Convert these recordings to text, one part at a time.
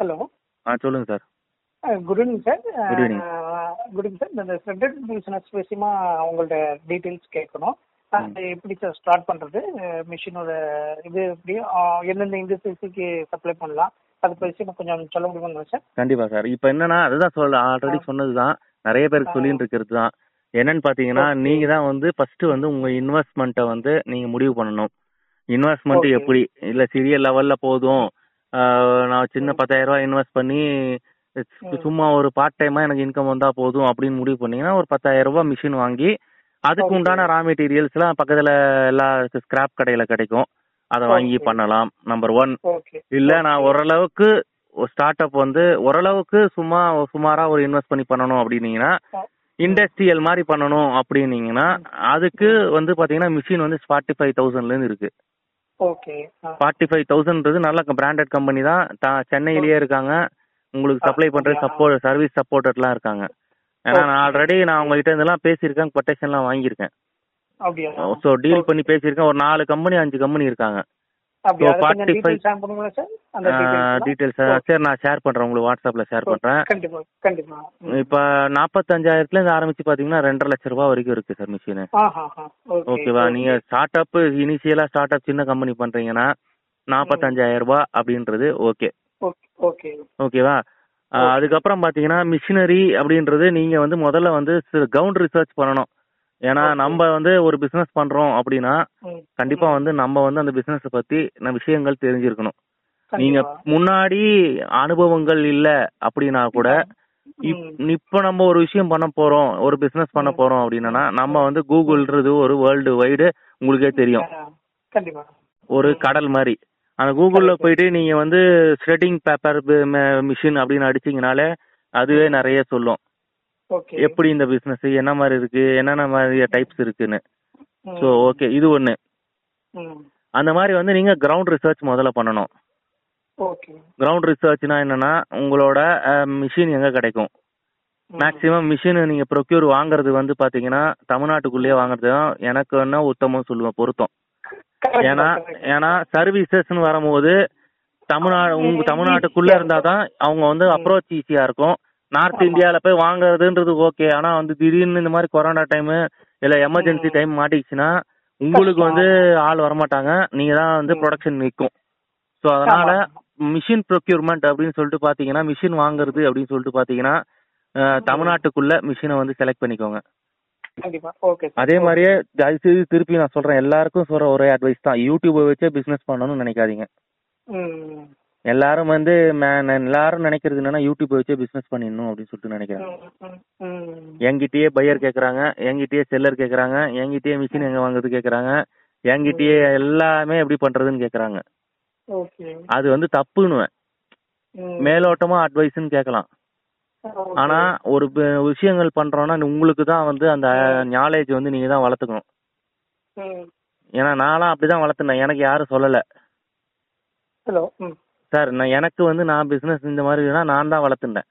Hello ஆ சொல்லுங்கள் sir good evening sir Good evening. Good evening sir இந்த central business விஷயமா உங்கள்ட்ட டீட்டெயில்ஸ் கேட்கணும் அது எப்படி சார் ஸ்டார்ட் பண்றது மிஷினோட இது எப்படி ஆ, எந்தெந்த இண்டஸ்ட்ரீஸுக்கு சப்ளை பண்ணலாம் அது விஷயமா கொஞ்சம் சொல்ல முடியுமா சார் கண்டிப்பாக சார் இப்போ என்னன்னா அதுதான் சொல்ல ஆல்ரெடி சொன்னது தான் நிறைய பேருக்கு சொல்லிட்டு இருக்கிறது தான் என்னன்னு பார்த்தீங்கன்னா நீங்கள் தான் வந்து ஃபஸ்ட்டு வந்து உங்கள் இன்வெஸ்ட்மெண்ட்டை வந்து நீங்கள் முடிவு பண்ணணும் இன்வெஸ்ட்மெண்ட் Okay. எப்படி இல்லை சிறிய லெவலில் போதும் ஆ, நான் சின்ன பத்தாயிரம் ரூபாய் இன்வெஸ்ட் பண்ணி ம். சும்மா ஒரு பார்ட் டைமாக எனக்கு இன்கம் வந்தால் போதும் அப்படின்னு முடிவு பண்ணீங்கன்னா ஒரு பத்தாயிரம் ரூபாய் மிஷின் வாங்கி அதுக்கு Okay. உண்டான ரா மெட்டீரியல்ஸ்லாம் பக்கத்தில் எல்லா ஸ்கிராப் கடையில் கிடைக்கும் அதை வாங்கி Okay. பண்ணலாம் நம்பர் ஒன் ஓகே இல்ல நான் ஓரளவுக்கு ஸ்டார்ட் அப் வந்து ஓரளவுக்கு சும்மா சுமாரா ஒரு இன்வெஸ்ட் பண்ணி பண்ணணும் அப்படின்னீங்கன்னா இண்டஸ்ட்ரியல் மாதிரி பண்ணணும் அப்படின்னீங்கன்னா அதுக்கு வந்து பாத்தீங்கன்னா மிஷின் வந்து ஃபார்ட்டி ஃபைவ் தௌசண்ட்ல இருந்து இருக்கு ஓகே ஃபார்ட்டி ஃபைவ் தௌசண்ட்ன்றது நல்ல பிராண்டட் கம்பெனி தான் தா- சென்னையிலேயே இருக்காங்க உங்களுக்கு ஆ, சப்ளை பண்ற அப்படியா? சப்போர்ட் சர்வீஸ் சப்போர்ட்டட்லாம் இருக்காங்க ஏன்னா நான் ஆல்ரெடி நான் உங்ககிட்ட இருந்தெல்லாம் பேசியிருக்கேன் கொட்டேஷன்லாம் வாங்கியிருக்கேன் அப்படியா ஸோ டீல் பண்ணி பேசியிருக்கேன் ஒரு நாலு கம்பெனி அஞ்சு கம்பெனி இருக்காங்க அப்படியா So, அது கொஞ்சம் 45 டீட்டெயில் ஷேர் பண்ணுங்களா சார் அந்த டீட்டெயில்ஸ் டீட்டெயில்ஸ் சரி நான் ஷேர் பண்றேன் உங்களுக்கு வாட்ஸ்அப்ல ஷேர் பண்றேன் கண்டிப்பா கண்டிப்பா ம். இப்ப நாற்பத்தஞ்சாயிரத்துல இருந்து ஆரம்பிச்சு பாத்தீங்கன்னா ரெண்டரை லட்ச ரூபாய் வரைக்கும் இருக்கு சார் மிஷின் ஆஹா, ஆஹா. Okay, ஓகேவா okay. நீங்க ஸ்டார்ட் அப் இனிஷியலா ஸ்டார்ட் அப் சின்ன கம்பெனி பண்றீங்கன்னா நாற்பத்தஞ்சாயிரம் ரூபாய் அப்படின்றது ஓகே Okay, okay. ஓகேவா ஆஹ், Okay. அதுக்கப்புறம் பாத்தீங்கன்னா மிஷினரி அப்படின்றது நீங்க வந்து முதல்ல வந்து கிரவுண்ட் ரிசர்ச் பண்ணணும் ஏன்னா Okay. நம்ம வந்து ஒரு பிசினஸ் பண்றோம் அப்படின்னா ம். கண்டிப்பா ம். வந்து நம்ம வந்து அந்த பிசினஸ் பத்தி நம்ம விஷயங்கள் தெரிஞ்சிருக்கணும் நீங்க கண்டிப்பா. முன்னாடி அனுபவங்கள் இல்ல அப்படின்னா கூட ம். இப்- இப்ப நம்ம ஒரு விஷயம் பண்ண போறோம் ஒரு பிசினஸ் பண்ண போறோம் அப்படின்னா நம்ம வந்து கூகுள்ன்றது ஒரு வேர்ல்டு வைடு உங்களுக்கே தெரியும் ஆ, கண்டிப்பா. ஒரு கடல் மாதிரி அந்த கூகுள்ல போயிட்டு நீங்க வந்து ஷ்ரெட்டிங் பேப்பர் மிஷின் அப்படின்னு அடிச்சீங்கனாலே அதுவே நிறைய சொல்லும் Okay. எப்படி இந்த பிசினஸ் என்ன மாதிரி இருக்கு என்னென்ன மாதிரி டைப்ஸ் இருக்குன்னு ம். ஸோ ஓகே இது ஒண்ணு ம். அந்த மாதிரி வந்து நீங்க கிரவுண்ட் ரிசர்ச் முதல்ல பண்ணணும் Okay. கிரவுண்ட் ரிசர்ச்னா என்னன்னா உங்களோட மிஷின் எங்க கிடைக்கும் ம். மேக்ஸிமம் மிஷின் நீங்க ப்ரொக்யூர் வாங்குறது வந்து பாத்தீங்கன்னா தமிழ்நாட்டுக்குள்ளேயே வாங்குறது தான் எனக்கு என்ன உத்தமம் சொல்லுவேன் பொருத்தம் Correct, ஏன்னா correct. ஏன்னா சர்வீசஸ்னு வரும்போது தமிழ்நாடு உங்க தமிழ்நாட்டுக்குள்ள இருந்தா தான் அவங்க வந்து அப்ரோச் ஈஸியா இருக்கும் நார்த் இந்தியால போய் வாங்குறதுன்றது ஓகே ஆனா வந்து திடீர்னு இந்த மாதிரி கொரோனா டைம் இல்ல எமர்ஜென்சி டைம் மாட்டிக்கிச்சுன்னா உங்களுக்கு வந்து ஆள் வரமாட்டாங்க நீங்க தான் வந்து ப்ரொடக்ஷன் நிற்கும் ஸோ அதனால ஆமா. மிஷின் ப்ரொக்யூர்மெண்ட் அப்படின்னு சொல்லிட்டு பாத்தீங்கன்னா மிஷின் வாங்குறது அப்படின்னு சொல்லிட்டு பாத்தீங்கன்னா அஹ், தமிழ்நாட்டுக்குள்ள மிஷினை வந்து செலக்ட் பண்ணிக்கோங்க கண்டிப்பா. Okay, sir. அதே மாதிரியே தயவு செய்து திருப்பி நான் சொல்றேன் எல்லாருக்கும் சொல்ற ஒரே அட்வைஸ் தான் யூடியூபை வச்சே பிசினஸ் பண்ணணும்னு நினைக்காதீங்க ம். எல்லாரும் வந்து ம- நான் எல்லாரும் நினைக்கிறது என்னன்னா யூடியூப் வச்சே பிசினஸ் பண்ணிடணும் அப்படின்னு சொல்லிட்டு நினைக்கிறாங்க ம், ம், ம். என்கிட்டயே பையர் கேக்குறாங்க என்கிட்டயே செல்லர் கேக்குறாங்க என்கிட்டயே மிஷின் எங்க வாங்குறது கேக்குறாங்க என்கிட்டயே எல்லாமே எப்படி பண்றதுன்னு கேக்குறாங்க Okay. அது வந்து தப்புன்னுவேன் ம். மேலோட்டமா அட்வைஸ்ன்னு கேட்கலாம் Okay. ஆனா ஒரு ப- விஷயங்கள் பண்றோம்னா உங்களுக்கு தான் வந்து அந்த நாலேஜ் வந்து நீங்க தான் வளர்த்துக்கணும் ம். ஏன்னா நான்லாம் அப்படிதான் வளர்த்துனேன் எனக்கு யாரும் சொல்லல Hello. ம். சார் நான் எனக்கு வந்து நான் பிசினஸ் இந்த மாதிரி இதுனா நான் தான் வளர்த்துட்டேன்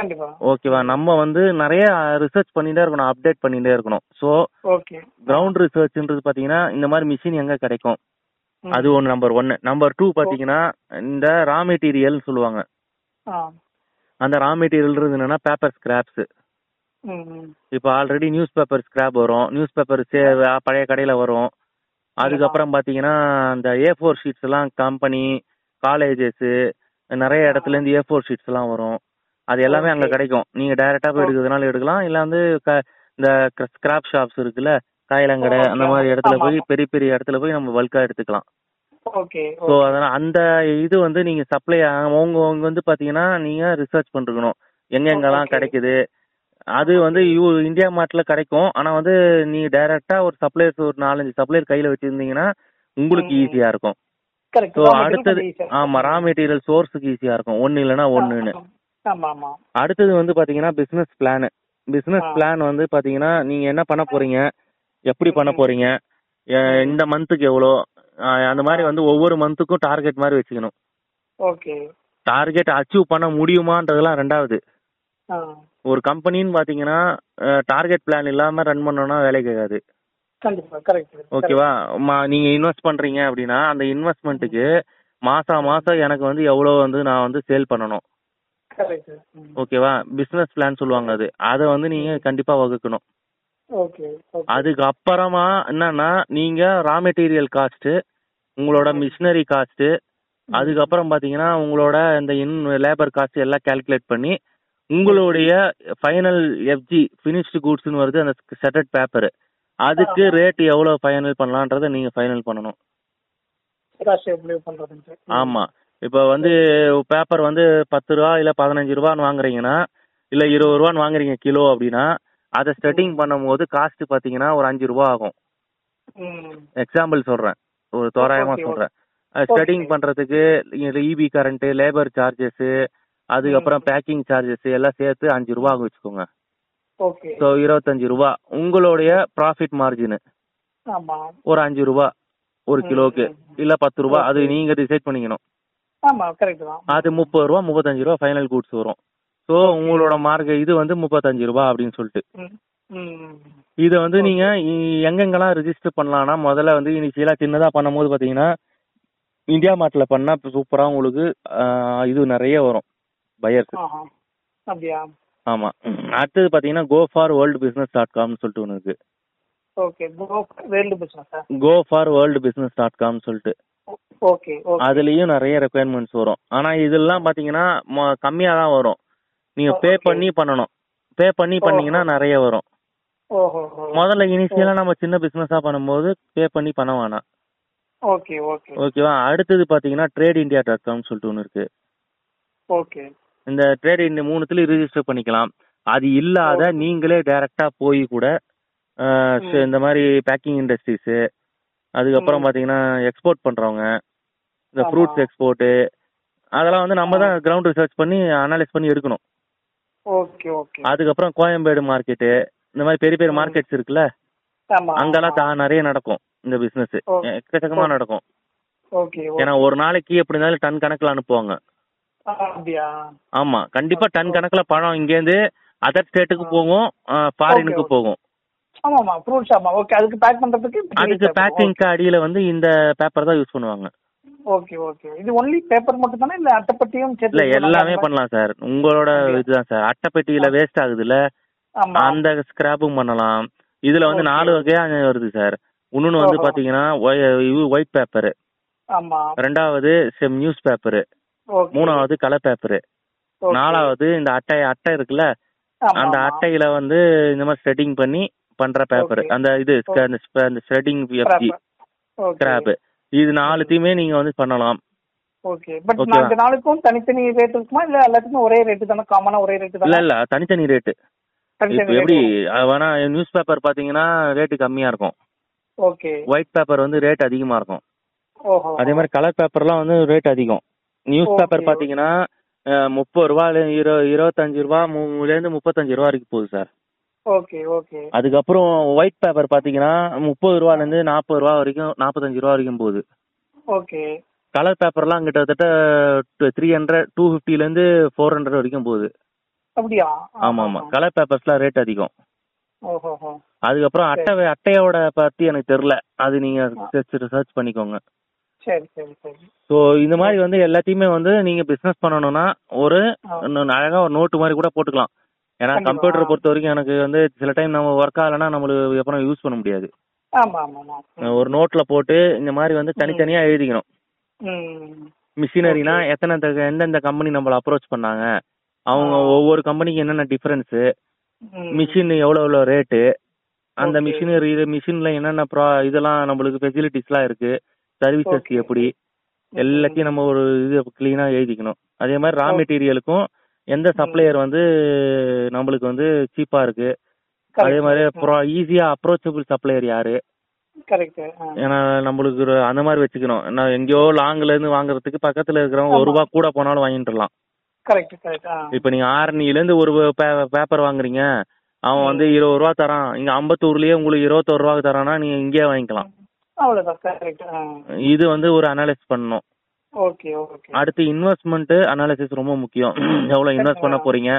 கண்டிப்பா. ஓகேவா நம்ம வந்து நிறைய ரிசர்ச் பண்ணிட்டே இருக்கணும் அப்டேட் பண்ணிட்டே இருக்கணும் ஸோ Okay. கிரவுண்ட் ரிசர்ச்ன்றது பார்த்தீங்கன்னா இந்த மாதிரி மிஷின் எங்க கிடைக்கும் ம். அது ஒன்று நம்பர் ஒன்னு நம்பர் டூ பார்த்தீங்கன்னா இந்த ரா மெட்டீரியல்னு சொல்லுவாங்க ஆ. அந்த ரா மெட்டீரியல்ன்றது என்னன்னா பேப்பர் ஸ்கிராப்ஸ் ம், ம். இப்போ ஆல்ரெடி நியூஸ் பேப்பர் ஸ்கிராப் வரும் நியூஸ் பேப்பர் பழைய கடையில் வரும் அதுக்கப்புறம் பார்த்தீங்கன்னா அந்த ஏ ஃபோர் ஷீட்ஸ் எல்லாம் கம்பெனி காலேஜஸ்ஸு நிறைய இடத்துல இருந்து ஏ ஃபோர் ஷீட்ஸ் எல்லாம் வரும் அது எல்லாமே அங்கே கிடைக்கும் நீங்கள் டைரெக்டாக போய் எடுக்கிறதுனால எடுக்கலாம் இல்லை வந்து க இந்த ஸ்கிராப் ஷாப்ஸ் இருக்குல்ல காயிலங்கடை அந்த மாதிரி இடத்துல போய் பெரிய பெரிய இடத்துல போய் நம்ம பல்காக எடுத்துக்கலாம் Okay. ஸோ அதனால் அந்த இது வந்து நீங்கள் சப்ளை அவங்க அவங்க வந்து பார்த்தீங்கன்னா நீங்கள் ரிசர்ச் பண்ணிருக்கணும் எங்கெங்கெல்லாம் கிடைக்குது அது வந்து யூ இந்தியா மார்ட்டில் கிடைக்கும் ஆனால் வந்து நீங்கள் டைரெக்டாக ஒரு சப்ளையர்ஸ் ஒரு நாலஞ்சு சப்ளையர் கையில் வச்சுருந்தீங்கன்னா உங்களுக்கு ஈஸியாக இருக்கும் Correct. ஸோ Raw material அடுத்தது கொஞ்சம் easy ஆ ஆமா ரா மெட்டீரியல் சோர்ஸுக்கு ஈஸியாக இருக்கும் ஒன்று இல்லைன்னா ஒன்றுன்னு இருக்கும். ஆமா, ஆமா. அடுத்தது வந்து பார்த்தீங்கன்னா பிஸ்னஸ் பிளானு பிஸ்னஸ் பிளான் வந்து பார்த்தீங்கன்னா நீங்கள் என்ன பண்ண போகிறீங்க எப்படி பண்ண போகிறீங்க இந்த மந்த்துக்கு எவ்வளோ அந்த மாதிரி வந்து ஒவ்வொரு மந்த்துக்கும் டார்கெட் மாதிரி வச்சுக்கணும் Okay. டார்கெட் அச்சீவ் பண்ண முடியுமான்றதெல்லாம் ரெண்டாவது ஆ. ஒரு கம்பெனின்னு பார்த்தீங்கன்னா டார்கெட் பிளான் இல்லாமல் ரன் பண்ணோன்னா வேலை கேட்காது கண்டிப்பா. Correct. ஓகேவா அம்மா, நீங்க இன்வெஸ்ட் பண்றீங்க அப்படின்னா அந்த இன்வெஸ்ட்மெண்ட்டுக்கு மாசா மாசம் எனக்கு வந்து எவ்வளோ வந்து நான் வந்து சேல் பண்ணணும் கரெக்ட் ஓகேவா பிசினஸ் பிளான் சொல்லுவாங்க அது அதை வந்து நீங்க கண்டிப்பா வகுக்கணும் ஓகே ஓகே அதுக்கு அப்புறமா என்னன்னா நீங்க ரா மெட்டீரியல் காஸ்ட் உங்களோட மிஷினரி காஸ்ட் அதுக்கப்புறம் பாத்தீங்கன்னா உங்களோட இந்த இன் லேபர் காஸ்ட் எல்லாம் கால்குலேட் பண்ணி உங்களுடைய ஃபைனல் எஃப்ஜி ஃபினிஷ்டு கூட்ஸ்னு வருது அந்த செட்டட் பேப்பர் அதுக்கு ரேட் எவ்வளோ ஃபைனல் பண்ணலான்றதை நீங்க ஃபைனல் பண்ணணும் சராசரி எப்படி பண்றதுன்னு சொல்லி. ஆமா இப்போ வந்து பேப்பர் வந்து பத்து ரூபா இல்ல பதினஞ்சு ரூபான்னு வாங்குறீங்கன்னா இல்ல இருபது ரூபான்னு வாங்குறீங்க கிலோ அப்படின்னா அதை ஸ்டெட்டிங் பண்ணும்போது காஸ்ட் பாத்தீங்கன்னா ஒரு அஞ்சு ரூபா ஆகும் ம். எக்ஸாம்பிள் சொல்றேன் ஒரு தோராயமா Okay, okay. சொல்றேன் ஸ்டடிங் பண்றதுக்கு E EB current labour charges அதுக்கப்புறம் பேக்கிங் சார்ஜஸ் எல்லாம் சேர்த்து அஞ்சு ரூபா ஆகும் வச்சுக்கோங்க ஓகே ஸோ இருபத்தஞ்சு ரூபா உங்களுடைய ப்ராஃபிட் மார்ஜின் ஆமா ஒரு அஞ்சு ரூபா ஒரு கிலோக்கு இல்ல பத்து ரூபா அது நீங்க டிசைட் பண்ணிக்கணும் ஆமா கரெக்ட் தான் அது முப்பது ரூபா முப்பத்தஞ்சு ரூபா ஃபைனல் கூட்ஸ் வரும் ஸோ உங்களோட மார்க் இது வந்து முப்பத்தஞ்சு ரூபா அப்படின்னு சொல்லிட்டு ம். ம். இதை வந்து நீங்க இ- எங்கெங்கெல்லாம் ரெஜிஸ்டர் பண்ணலாம்னா முதல்ல வந்து இனிஷியலா சின்னதா பண்ணும்போது பாத்தீங்கன்னா இந்தியா மார்ட்ல பண்ணா சூப்பரா உங்களுக்கு ஆஹ், இது நிறைய வரும் பையர்ஸ் ஆஹா. அப்படியா ஆமா அடுத்தது பாத்தீங்கன்னா go for world business dot காம்னு சொல்லிட்டு ஒன்று இருக்கு okay world business go for world business dot காம்னு சொல்லிட்டு ஓகே ஓகே அதுலயும் நிறைய ரெக்குயர்மெண்ட்ஸ் வரும் ஆனா இதெல்லாம் பாத்தீங்கன்னா கம்மியா தான் வரும் நீங்க பே Okay. பண்ணி பண்ணணும் பே பண்ணி பண்ணீங்கன்னா நிறைய வரும் ஓஹோ முதல்ல இனிஷியலா நம்ம சின்ன பிசினஸா பண்ணும்போது பே பண்ணி பண்ண வேணாம் ஓகே ஓகே ஓகேவா அடுத்தது பாத்தீங்கன்னா ட்ரேட் இந்தியா டாட் காம் சொல்லிட்டு ஒன்று இருக்கு ஓகே இந்த ட்ரேட் இந்த மூணுத்துலயும் ரிஜிஸ்டர் பண்ணிக்கலாம் அது இல்லாத நீங்களே டைரக்டா போய் கூட அஹ், ச- இந்த மாதிரி பேக்கிங் இண்டஸ்ட்ரீஸ் அதுக்கப்புறம் பாத்தீங்கன்னா எக்ஸ்போர்ட் பண்றவங்க இந்த ஆமா. ஃப்ரூட்ஸ் எக்ஸ்போர்ட் அதெல்லாம் வந்து நம்ம தான் கிரவுண்ட் ரிசர்ச் பண்ணி அனலைஸ் பண்ணி எடுக்கணும் ஓகே ஓகே அதுக்கப்புறம் கோயம்பேடு மார்க்கெட்டு இந்த மாதிரி பெரிய பெரிய மார்க்கெட்ஸ் இருக்குல்ல ஆமா அங்கெல்லாம் தா- நிறைய நடக்கும் இந்த பிசினஸ் ஓகே. எக்கச்சக்கமா நடக்கும் ஓகே ஓ- ஏன்னா ஒரு நாளைக்கு எப்படி இருந்தாலும் டன் கணக்குல அனுப்புவாங்க அப்படியா ஆமா கண்டிப்பா டன் கணக்குல பழம் இங்கேருந்து அதர் ஸ்டேட்டுக்கு போகும் ஃபாரினுக்கு போகும் ஆமாமா ஃப்ரூட்ஸ் ஆமா ஓகே அதுக்கு பேக் பண்றதுக்கு அதுக்கு பேக்கிங்க்கு அடியில வந்து இந்த பேப்பர் தான் யூஸ் பண்ணுவாங்க ஓகே ஓகே இது ஒன்லி பேப்பர் மட்டும் தானே இல்ல அட்டைப்பட்டியும் சேர்த்து இல்ல பண்ணலாம் எல்லாமே அந்த மாதிரி? பண்ணலாம் சார் உங்களோட இதுதான் சார் அட்டைப்பெட்டியில வேஸ்ட் ஆகுதுல்ல ஆமா அந்த ஸ்கிராப்பும் பண்ணலாம் இதுல வந்து நாலு வகையா வருது சார் இன்னொன்னு வந்து பாத்தீங்கன்னா ஒயிட் பேப்பர் ஆமா ரெண்டாவது நியூஸ் பேப்பர் ஓகே மூணாவது கலர் பேப்பர் Okay. நாலாவது இந்த அட்டை அட்டை இருக்குல்ல ஆமா அந்த அட்டையில வந்து இந்த மாதிரி ஸ்ட்ரெட்டிங் பண்ணி பண்ற பேப்பர் அந்த இது sc- அந்த sp- அந்த ஸ்ட்ரெட்டிங் எஃப்ஜி ஓகே ஸ்கிராப் இது நாலுத்தையுமே நீங்க வந்து பண்ணலாம் ஓகே பட் நாலு நாளுக்கும் தனித்தனி ரேட் இருக்குமா இல்ல எல்லாத்துக்கும் ஒரே ரேட் தானே காமனா ஒரே ரேட் இல்ல தானே இல்ல தனித்தனி ரேட்டு இப்போ தனித்தனி எப்படி ரேட் அது வேணா நியூஸ் பேப்பர் பாத்தீங்கன்னா ரேட்டு கம்மியா இருக்கும் ஓகே ஒயிட் பேப்பர் வந்து ரேட் அதிகமா இருக்கும் ஓஹோ அதே மாதிரி கலர் பேப்பர்லாம் வந்து ரேட் அதிகம் நியூஸ் பேப்பர் பாத்தீங்கன்னா முப்பது ரூபால இரு இருபத்தஞ்சு ரூபா மூணுல இருந்து முப்பத்தஞ்சு ரூபா வரைக்கும் போகுது சார் ஓகே ஓகே அதுக்கப்புறம் ஒயிட் பேப்பர் பாத்தீங்கன்னா முப்பது ரூபால இருந்து நாற்பது ரூபா வரைக்கும் நாற்பத்தஞ்சு ரூபா வரைக்கும் போகுது ஓகே கலர் பேப்பர்லாம் கிட்டத்தட்ட த்ரீ ஹண்ட்ரட் டூ இருந்து ஃபோர் ஹண்ட்ரட் வரைக்கும் போகுது அப்படியா ஆமா ஆமா கலர் பேப்பர்ஸ்லாம் ரேட் அதிகம் ஓஹோ ஓஹோ. அதுக்கப்புறம் அட்டை அட்டையோட பத்தி எனக்கு தெரியல அது நீங்க சர்ச் பண்ணிக்கோங்க சரி சரி சரி ஸோ இந்த மாதிரி வந்து எல்லாத்தையுமே வந்து நீங்க பிசினஸ் பண்ணணும்னா ஒரு இன்னொன்னு அழகா ஒரு நோட்டு மாதிரி கூட போட்டுக்கலாம் ஏன்னா கம்ப்யூட்டரை பொறுத்த வரைக்கும் எனக்கு வந்து சில டைம் நம்ம ஒர்க் ஆகலைன்னா நம்மளுக்கு அப்புறம் யூஸ் பண்ண முடியாது ஆமா ஆமா ஆமா ஒரு நோட்ல போட்டு இந்த மாதிரி வந்து தனித்தனியா எழுதிக்கணும் ம் மிஷினரினா எத்தனை தக- எந்தெந்த கம்பெனி நம்மள அப்ரோச் பண்ணாங்க அவங்க ஒவ்வொரு கம்பெனிக்கு என்னென்ன டிஃபரன்ஸ் ம். மிஷின் எவ்வளோ எவ்வளோ ரேட்டு அந்த மிஷினரி மிஷின்ல என்னென்ன ப்ரா இதெல்லாம் நம்மளுக்கு ஃபெசிலிட்டிஸ்லாம் இருக்கு சர்வீசஸ் எப்படி எல்லாத்தையும் நம்ம ஒரு இது கிளீனா எழுதிக்கணும் அதே மாதிரி ரா மெட்டீரியலுக்கும் எந்த சப்ளையர் வந்து நம்மளுக்கு வந்து சீப்பா இருக்கு அதே மாதிரி ப்ரா ஈஸியா அப்ரோச்சபிள் சப்ளையர் யாரு கரெக்ட் ஏன்னா நம்மளுக்கு ஒரு அந்த மாதிரி வச்சுக்கணும் நான் எங்கேயோ லாங்ல இருந்து வாங்குறதுக்கு பக்கத்துல இருக்கிறவங்க ஒரு ரூபா கூட போனாலும் வாங்கிட்டுலாம் கரெக்ட் கரெக்ட் ஆ இப்ப நீங்க ஆரணியில இருந்து ஒரு பே- பேப்பர் வாங்குறீங்க அவன் வந்து இருபது ரூபா தரான் இங்க அம்பத்தூர்லயே உங்களுக்கு இருபத்தோரு ரூபாய்க்கு தரானா நீங்க இங்கேயே வாங்கிக்கலாம் அவ்வளவுதான் கரெக்ட் ஆ இது வந்து ஒரு அனலைஸ் பண்ணணும் ஓகே ஓகே அடுத்து இன்வெஸ்ட்மெண்ட் அனாலிசிஸ் ரொம்ப முக்கியம் எவ்வளவு இன்வெஸ்ட் பண்ண போறீங்க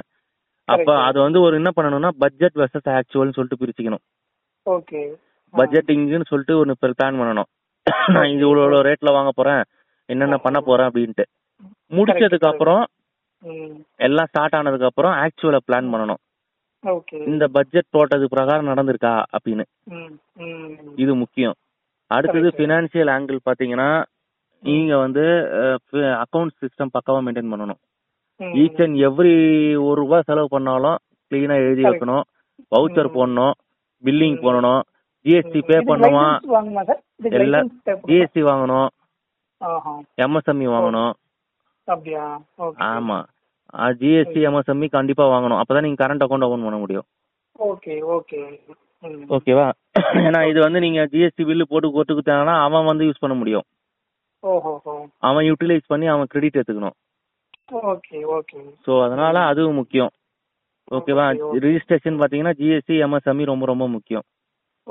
அப்ப அது வந்து ஒரு என்ன பண்ணணும்னா பட்ஜெட் வெர்சஸ் ஆக்சுவல்னு சொல்லிட்டு பிரிச்சுக்கணும் ஓகே பட்ஜெட்டிங்னு சொல்லிட்டு ஒன்னு பிளான் பண்ணணும் நான் இது இவ்வளவு ரேட்ல வாங்க போறேன் என்னென்ன பண்ண போறேன் அப்படின்ட்டு முடிச்சதுக்கு அப்புறம் ம் எல்லாம் ஸ்டார்ட் ஆனதுக்கு அப்புறம் ஆக்சுவலா பிளான் பண்ணணும் ஓகே இந்த பட்ஜெட் போட்டது பிரகாரம் நடந்திருக்கா அப்படின்னு ம் ம் இது முக்கியம் அடுத்தது ஃபினான்சியல் ஆங்கிள் பாத்தீங்கன்னா நீங்க வந்து அக்கவுண்ட் சிஸ்டம் பக்காவா மெயின்டைன் பண்ணணும் ம். ஈச் அண்ட் எவ்ரி ஒரு ரூபாய் செலவு பண்ணாலும் கிளீனா எழுதி Correct. வைக்கணும் வவுச்சர் ம். போடணும் பில்லிங் ம். போடணும் ஜிஎஸ்டி ம். பே இதுக்கு பண்ணுமா license வாங்குமா சார் இதுக்கு எல்லாம் license Oh, தேவைப்படுமா? ஜிஎஸ்டி வாங்கணும் ஆஹா. எம்எஸ்எம்இ E வாங்கணும் அப்படியா ஓகே ஆமா ஜிஎஸ்டி எம்எஸ்எம்இ E கண்டிப்பா வாங்கணும் அப்பதான் நீங்க கரண்ட் அக்கௌண்ட் ஓபன் பண்ண முடியும் ஓகே ஓகே ம். ஓகேவா ஏன்னா இது வந்து நீங்க ஜிஎஸ்டி பில்லு போட்டு போட்டுக்கிட்டாங்கன்னா அவன் வந்து யூஸ் பண்ண முடியும் ஓஹோ ஓ. அவன் யூட்டிலைஸ் பண்ணி அவன் கிரெடிட் எடுத்துக்கணும் ஓகே ஓகே ஸோ அதனால அதுவும் முக்கியம் ஓகேவா Okay, okay. ரிஜிஸ்ட்ரேஷன் பார்த்தீங்கன்னா ஜிஎஸ்டி எம்எஸ்எம்இ E ரொம்ப ரொம்ப முக்கியம்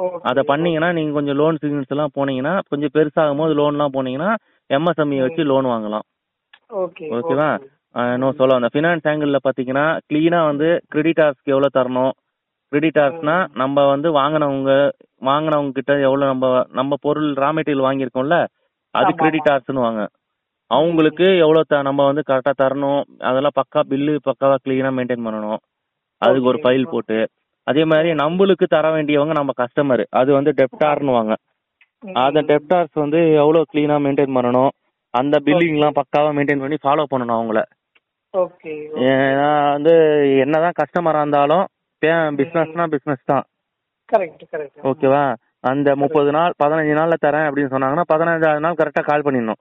ஓகே. அதை பண்ணீங்கன்னா நீங்க கொஞ்சம் லோன் சிக்னல்ஸ் எல்லாம் போனீங்கன்னா கொஞ்சம் பெருசாகும் போது லோன்லாம் போனீங்கன்னா எம்எஸ்எம்இ E வச்சு லோன் வாங்கலாம் ஓகே ஓகேவா ஓகே. இன்னும் சொல்ல வந்த ஃபினான்ஸ் ஆங்கிளில் பார்த்தீங்கன்னா க்ளீனாக வந்து கிரெடிட்டார்ஸ்க்கு எவ்வளோ தரணும் கிரெடிட்டார்ஸ்னா நம்ம வந்து வாங்கினவங்க வாங்கினவங்க கிட்ட எவ்வளோ நம்ம நம்ம பொருள் ரா மெட்டீரியல் வாங்கியிருக்கோம்ல அது ஆமா, ஆமா. கிரெடிட்டார்ஸ்னு வாங்க அவங்களுக்கு எவ்வளோ த நம்ம வந்து கரெக்டாக தரணும் அதெல்லாம் பக்கா பில்லு பக்காவாக க்ளீனாக மெயின்டைன் பண்ணணும் அதுக்கு ஒரு Okay. ஃபைல் போட்டு அதே மாதிரி நம்மளுக்கு தர வேண்டியவங்க நம்ம கஸ்டமர் அது வந்து டெப்டார்னு வாங்க ம். அந்த டெப்டார்ஸ் வந்து எவ்வளோ க்ளீனாக மெயின்டைன் பண்ணணும் அந்த பில்லிங்லாம் பக்காவாக மெயின்டைன் பண்ணி ஃபாலோ பண்ணணும் அவங்கள ஓகே ஓகே. ஏன்னா வந்து என்னதான் கஸ்டமரா இருந்தாலும் பிசினஸ்னா பிசினஸ் தான் கரெக்ட் கரெக்ட் ஓகேவா அந்த முப்பது நாள் பதினஞ்சு நாள்ல தரேன் அப்படின்னு சொன்னாங்கன்னா பதினஞ்சாவது நாள் கரெக்டா கால் பண்ணிடணும்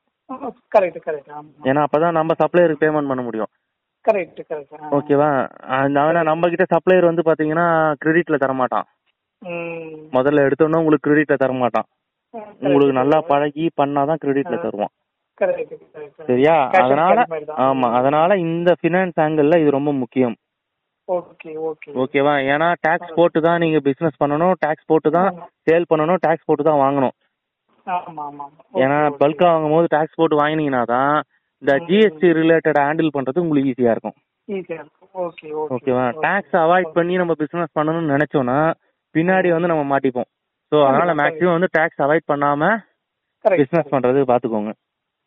கரெக்ட் கரெக்ட் ஆமா ஏன்னா அப்பதான் நம்ம சப்ளையருக்கு பேமெண்ட் பண்ண முடியும் கரெக்ட் கரெக்ட் ஓகேவா அதனால நம்ம கிட்ட சப்ளையர் வந்து பாத்தீங்கன்னா கிரெடிட்ல தரமாட்டான் ம் முதல்ல எடுத்தோன்னா உங்களுக்கு கிரெடிட்ல தரமாட்டான் உங்களுக்கு நல்லா பழகி பண்ணாதான் கிரெடிட்ல ஆ. தருவான் கரெக்ட் கரெக்ட் சரியா Cash and அதனால carry மாதிரி தான். ஆமா அதனால இந்த ஃபினான்ஸ் ஆங்கிள் இது ரொம்ப முக்கியம் ஓகே ஓகே ஓகேவா ஏன்னா டாக்ஸ் போட்டு தான் நீங்க பிசினஸ் பண்ணணும் டாக்ஸ் போட்டு தான் ஆமா. சேல் பண்ணணும் டாக்ஸ் போட்டு தான் வாங்கணும் ஆமா ஆமா Okay, ஏன்னா okay. பல்கா வாங்கும் போது டாக்ஸ் போட்டு வாங்கினீங்கன்னா தான் இந்த ம். ஜிஎஸ்டி ரிலேட்டட் ஹேண்டில் பண்றது உங்களுக்கு ஈஸியா இருக்கும் ஈஸியா இருக்கும் ஓகே ஓகே ஓகேவா டாக்ஸ் அவாய்ட் பண்ணி நம்ம பிசினஸ் பண்ணணும்னு நினைச்சோம்னா பின்னாடி வந்து நம்ம மாட்டிப்போம் ஸோ அதனால கண்டிப்பா, மேக்ஸிமம் வந்து டாக்ஸ் அவாய்ட் பண்ணாம பிசினஸ் பண்றது பாத்துக்கோங்க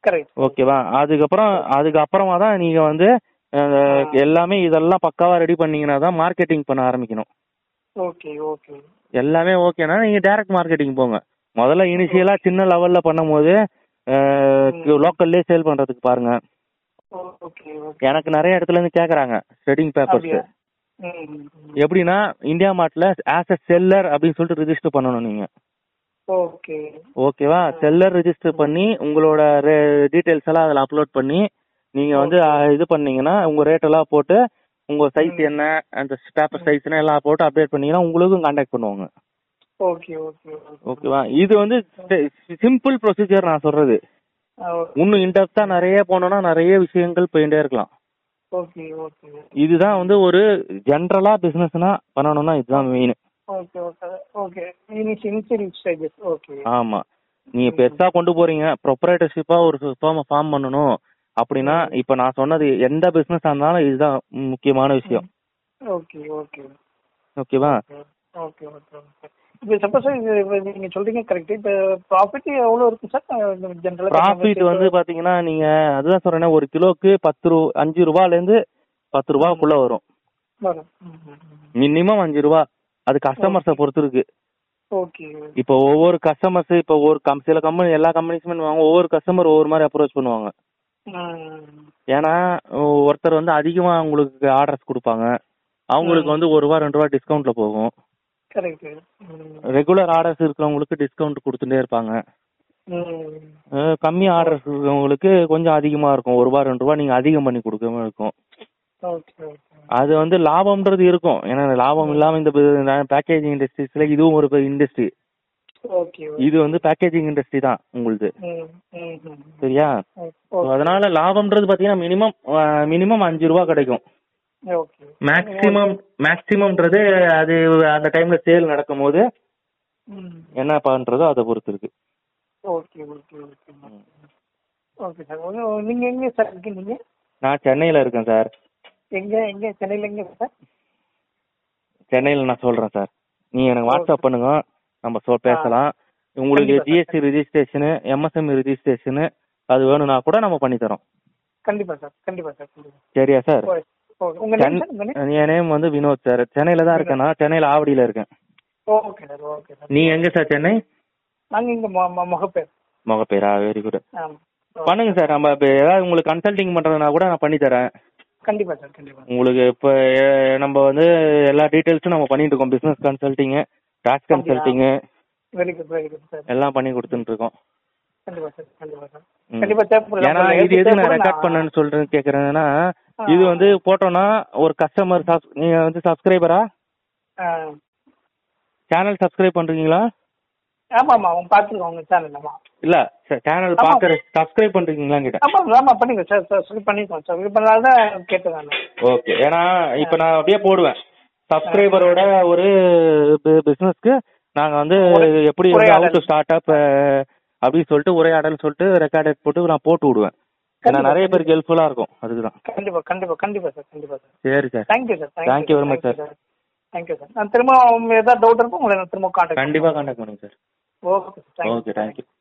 கரெக்ட் ஓகேவா அதுக்கப்புறம் அதுக்கப்புறமா தான் நீங்க வந்து அஹ், ஆ. எல்லாமே இதெல்லாம் பக்காவா ரெடி பண்ணீங்கன்னா தான் மார்க்கெட்டிங் பண்ண ஆரம்பிக்கணும் ஓகே ஓகே எல்லாமே ஓகேனா நீங்க டைரக்ட் மார்க்கெட்டிங் போங்க முதல்ல இனிஷியலா சின்ன லெவல்ல பண்ணும்போது லோக்கல்லே சேல் பண்றதுக்கு பாருங்க ஓகே ஓகே எனக்கு நிறைய இடத்துல இருந்து கேக்குறாங்க ஸ்ட்ரெடிங் பேப்பர்ஸ் அப்படியா ம் எப்படின்னா இந்தியா மார்ட்ல ஆஸ் அ செல்லர் அப்படின்னு சொல்லிட்டு ரிஜிஸ்டர் பண்ணணும் நீங்க ஓகே ஓகேவா செல்லர் ரிஜிஸ்டர் பண்ணி உங்களோட டீடைல்ஸ் எல்லாம் அதில் அப்லோட் பண்ணி நீங்க வந்து அஹ், இது பண்ணீங்கன்னா உங்க ரேட் எல்லாம் போட்டு உங்க சைஸ் என்ன அந்த பேப்பர் சைஸ்னா எல்லாம் போட்டு அப்டேட் பண்ணீங்கன்னா உங்களுக்கும் கான்டாக்ட் பண்ணுவாங்க ஓகே ஓகே ஓகேவா இது வந்து சிம்பிள் ப்ரொசீஜர் நான் சொல்றது இன்னும் இன்டெப்தா நிறைய போனோம்னா நிறைய விஷயங்கள் போயிட்டே இருக்கலாம் ஓகே ஓகே இதுதான் வந்து ஒரு ஜென்ரலா பிசினஸ்னா பண்ணணும்னா இதுதான் main okay okay okay initial initial stages okay ஆமா நீங்க பெருசா கொண்டு போறீங்க ப்ரொப்ரேட்டர்ஷிப்பா ஒரு ஃபார்ம் ஃபார்ம் பண்ணணும் அப்படின்னா இப்ப நான் சொன்னது எந்த பிசினஸ் இருந்தாலும் இதுதான் முக்கியமான விஷயம் ஓகே ஓகே ஓகேவா ஓகே ஓகே ஓகே இப்போ சப்போஸ் இது இப்ப நீங்க சொல்றீங்க கரெக்ட் இப்போ ப்ராஃபிட் எவ்வளவு இருக்கு சார் ஜென்ரலா ப்ராஃபிட் வந்து பாத்தீங்கன்னா நீங்க அதுதான் சொல்றேன்னா ஒரு கிலோக்கு பத்து ரூ அஞ்சு ரூபால இருந்து பத்து ரூபாக்குள்ள வரும் வரும் ம், ம், ம். மினிமம் அஞ்சு ரூபா அது கஸ்டமர்ஸை பொறுத்து இருக்கு ஓகே இப்போ ஒவ்வொரு கஸ்டமர்ஸ் இப்போ ஒரு கம் சில கம்பெனி எல்லா கம்பெனிஸுமே வாங்க ஒவ்வொரு கஸ்டமர் ஒவ்வொரு மாதிரி அப்ரோச் பண்ணுவாங்க ம். ஏன்னா ஒ- ஒருத்தர் வந்து அதிகமாக அவங்களுக்கு ஆர்டர்ஸ் கொடுப்பாங்க அவங்களுக்கு வந்து ஒரு ரூபா ரெண்டு ரூபா டிஸ்கவுண்ட்டில் போகும் கரெக்ட் ரெகுலர் ஆர்டர்ஸ் இருக்கிறவங்களுக்கு டிஸ்கவுண்ட் கொடுத்துட்டே இருப்பாங்க ம் அஹ் கம்மி ஆர்டர்ஸ் இருக்கிறவங்களுக்கு கொஞ்சம் அதிகமாக இருக்கும் ஒரு ரூபா ரெண்டு ரூபா நீங்கள் அதிகம் பண்ணி கொடுக்காம இருக்கும் ஓகே ஓகே அது வந்து லாபம்ன்றது இருக்கும் ஏன்னா லாபம் இல்லாமல் இந்த பேக்கேஜிங் இண்டஸ்ட்ரீஸில் இதுவும் ஒரு இண்டஸ்ட்ரி ஓகே இது வந்து பேக்கேஜிங் இண்டஸ்ட்ரி தான் உங்களுது ம் ம் ம் சரியா So, ஓகே அதனால லாபம்ன்றது பாத்தீங்கன்னா மினிமம் மினிமம் அஞ்சு ரூபா கிடைக்கும் ஓகே மேக்ஸிமம் மேக்ஸிமம்ன்றது அது அந்த டைம்ல சேல் நடக்கும்போது ம் என்ன பண்றதோ அதை பொறுத்து இருக்கு okay okay okay okay sir ஒன்று நீங்கள் எங்கே சார் இருக்கீங்க நான் சென்னையில இருக்கேன் சார் எங்கே எங்கே சென்னையில் எங்கே சார் சென்னையில நான் சொல்றேன் சார் நீங்க எனக்கு வாட்ஸ்அப் பண்ணுங்க நம்ம சொ பேசலாம் உங்களுக்கு கண்டிப்பா ஜிஎஸ்டி ரிஜிஸ்ட்ரேஷனு எம்எஸ்எம் ரிஜிஸ்ட்ரேஷனு அது வேணும்னா கூட நம்ம பண்ணி தரோம் கண்டிப்பா சார் கண்டிப்பா சார் கண்டிப்பா சரியா சார் ஓகே ஓகே உங்க நேம் சார் உங்க நேம் என் நேம் வந்து வினோத் சார் சென்னையில தான் இருக்கேன் நான் சென்னையில ஆவடியில இருக்கேன் ஓகே சார் ஓகே சார் நீங்க எங்க சார் சென்னை நாங்க இங்க மொ- மொ- முகப்பேர் மொகப்பேரா வெரி குட் ஆமா பண்ணுங்க சார் நம்ம இப்போ ஏதாவது உங்களுக்கு கன்சல்டிங் பண்றதுனா கூட நான் பண்ணி தரேன் கண்டிப்பா சார் கண்டிப்பா உங்களுக்கு இப்போ எ- நம்ம வந்து எல்லா டீட்டெயில்ஸும் நம்ம பண்ணிட்டு இருக்கோம் business கன்சல்டிங்கு tax கன்சல்டிங்கு very good very good sir எல்லாம் பண்ணி கொடுத்துட்டு இருக்கோம் கண்டிப்பா சார் கண்டிப்பா சார் ம். கண்டிப்பா தேவைப்படல ஏன்னா உங்களுக்கு இது எது நான் தேவைப்படும் ரெக்கார்ட் பண்ணேன்னு சொல்றேன் கேக்குறேன்னா இது வந்து போட்டோம்னா ஒரு கஸ்டமர் நீங்க வந்து சப்ஸ்கிரைபரா ஆ. சேனல் சப்ஸ்கிரைப் பண்றீங்களா ஆமா ஆமா அவங்க பாத்துருக்கோம் உங்க சேனல் ஆமா இல்ல சேனல் ஆமா. பாக்குற சப்ஸ்கிரைப் பண்றீங்களா கேட்டேன் ஆமா ஆமா பண்ணுங்க சார் சார் சொல்லி பண்ணிருக்கோம் சார் இது பண்ணால தான் கேட்டேன் நான் ஓகே ஏன்னா இப்போ நான் அப்படியே போடுவேன் சப்ஸ்கிரைபரோட ஒரு பிசினஸ்க்கு நாங்க வந்து எப்படி வந்து உரையாடல். அவுட் ஸ்டார்ட் அப் அப்படின்னு சொல்லிட்டு உரையாடல் சொல்லிட்டு ரெக்கார்டட் போட்டு நான் போட்டு விடுவேன் ஏன்னா கண்டிப்பா, நிறைய பேருக்கு ஹெல்ப்ஃபுல்லா இருக்கும் அதுக்கு தான் கண்டிப்பா கண்டிப்பா கண்டிப்பா சார் கண்டிப்பா சார் சரி sir thank you sir Thank you very much, sir. Thank you sir நான் திரும்ப உங்களுக்கு ஏதாவது டவுட் இருக்கும் உங்களை நான் திரும்ப காண்டாக்ட் கண்டிப்பா காண்டாக்ட் பண்ணுங்க sir okay sir okay thank you